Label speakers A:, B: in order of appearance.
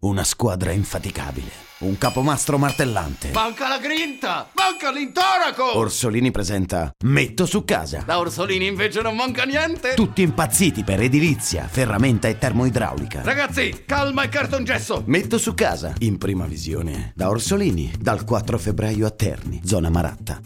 A: Una squadra infaticabile. Un capomastro martellante.
B: Manca la grinta! Manca l'intoraco!
A: Orsolini presenta Metto su casa.
B: da Orsolini invece non manca niente!
A: Tutti impazziti per edilizia, ferramenta e termoidraulica.
B: Ragazzi, calma e cartongesso!
A: Metto su casa. In prima visione. Da Orsolini. Dal 4 febbraio a Terni, zona Maratta.